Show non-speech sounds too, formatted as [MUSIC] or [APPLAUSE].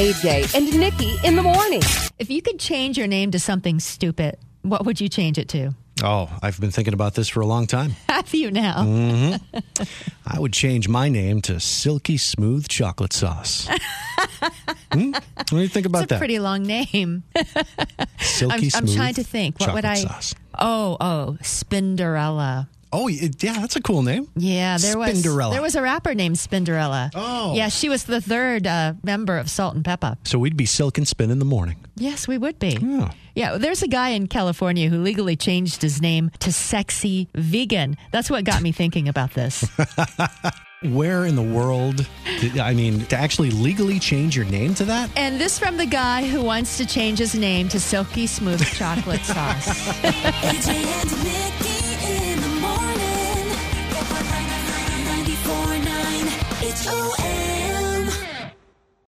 AJ and Nikki in the morning. If you could change your name to something stupid, what would you change it to? [LAUGHS] Oh, I've been thinking about this for a long time. Have you now? Mm, I would change my name to Silky Smooth [LAUGHS] Chocolate Sauce. Hmm? What do you think about It's a that? pretty long [LAUGHS] name. I'm, Silky I'm Smooth trying to think. What would I? Chocolate Sauce. Oh, oh, Spinderella. Oh, y- yeah, that's a cool name. Yeah, there was Spinderella. there was a rapper named Spinderella. Oh. yeah, she was the third uh, member of Salt and Pepper. So we'd be Silk and Spin in the morning. Yes, we would be. Yeah. Yeah, there's a guy in California who legally changed his name to Sexy Vegan. That's what got me thinking about [LAUGHS] this. Where in the world, did, I mean, to actually legally change your name to that? and this from the guy who wants to change his name to Silky Smooth Chocolate Sauce. AJ and Nikki in the morning. 94.9 H O